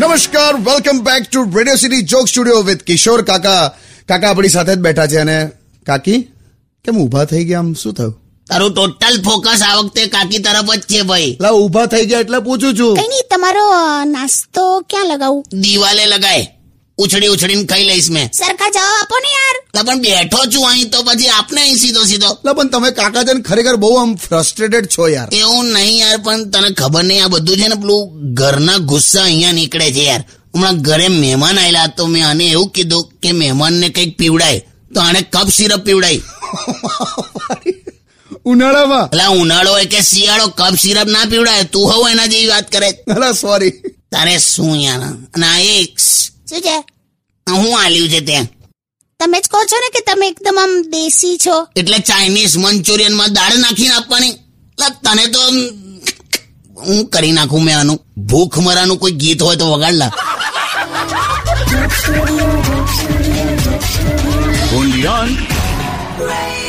નમસ્કાર welcome back to radio city joke studio with Kishore કાકા કાકા આપણી સાથે જ બેઠા છે અને કાકી કેમ ઊભા થઈ ગયા આમ શું થયું તારું ટોટલ ફોકસ આ વખતે કાકી તરફ જ છે ભાઈ લા ઊભા થઈ ગયા એટલે પૂછું છું કઈ નહીં તમારો અ, નાસ્તો ક્યાં લગાવું દિવાલે લગાય ઉછળી ઉછળીને ખાઈ લઈશ મેં સરખા જવાબ આપો ને યાર લા, પણ બેઠો છું અહીં તો પછી આપને અહીં સીધો સીધો લા પણ તમે કાકા જન ખરેખર બહુ આમ ફ્રસ્ટ્રેટેડ છો યાર એવું નહીં યાર પણ તને ખબર નહીં આ બધું છે ને પેલું ઘરના ગુસ્સા અહીંયા નીકળે છે યાર હમણાં ઘરે મહેમાન આયેલા તો મેં આને એવું કીધું કે મહેમાનને કંઈક પીવડાય તો આને કપ સિરપ પીવડાય ઉનાળામાં એટલે ઉનાળો હોય કે શિયાળો કપ સિરપ ના પીવડાય તું હવ એના જેવી વાત કરે છે. અલા સોરી તારે શું યાર અને આ એ ક્ષ, શું છે આ હું આલ્યું છે ત્યાં તમે જ કહો છો ને કે તમે એકદમ આમ દેશી છો એટલે ચાઇનીઝ મંચુરિયનમાં દાળ નાખીને આપવાની લા, તને તો આમ હું કરી નાખું મેં આનું ભૂખમરાનું કોઈ ગીત હોય તો વગાડ લા Undian. Radio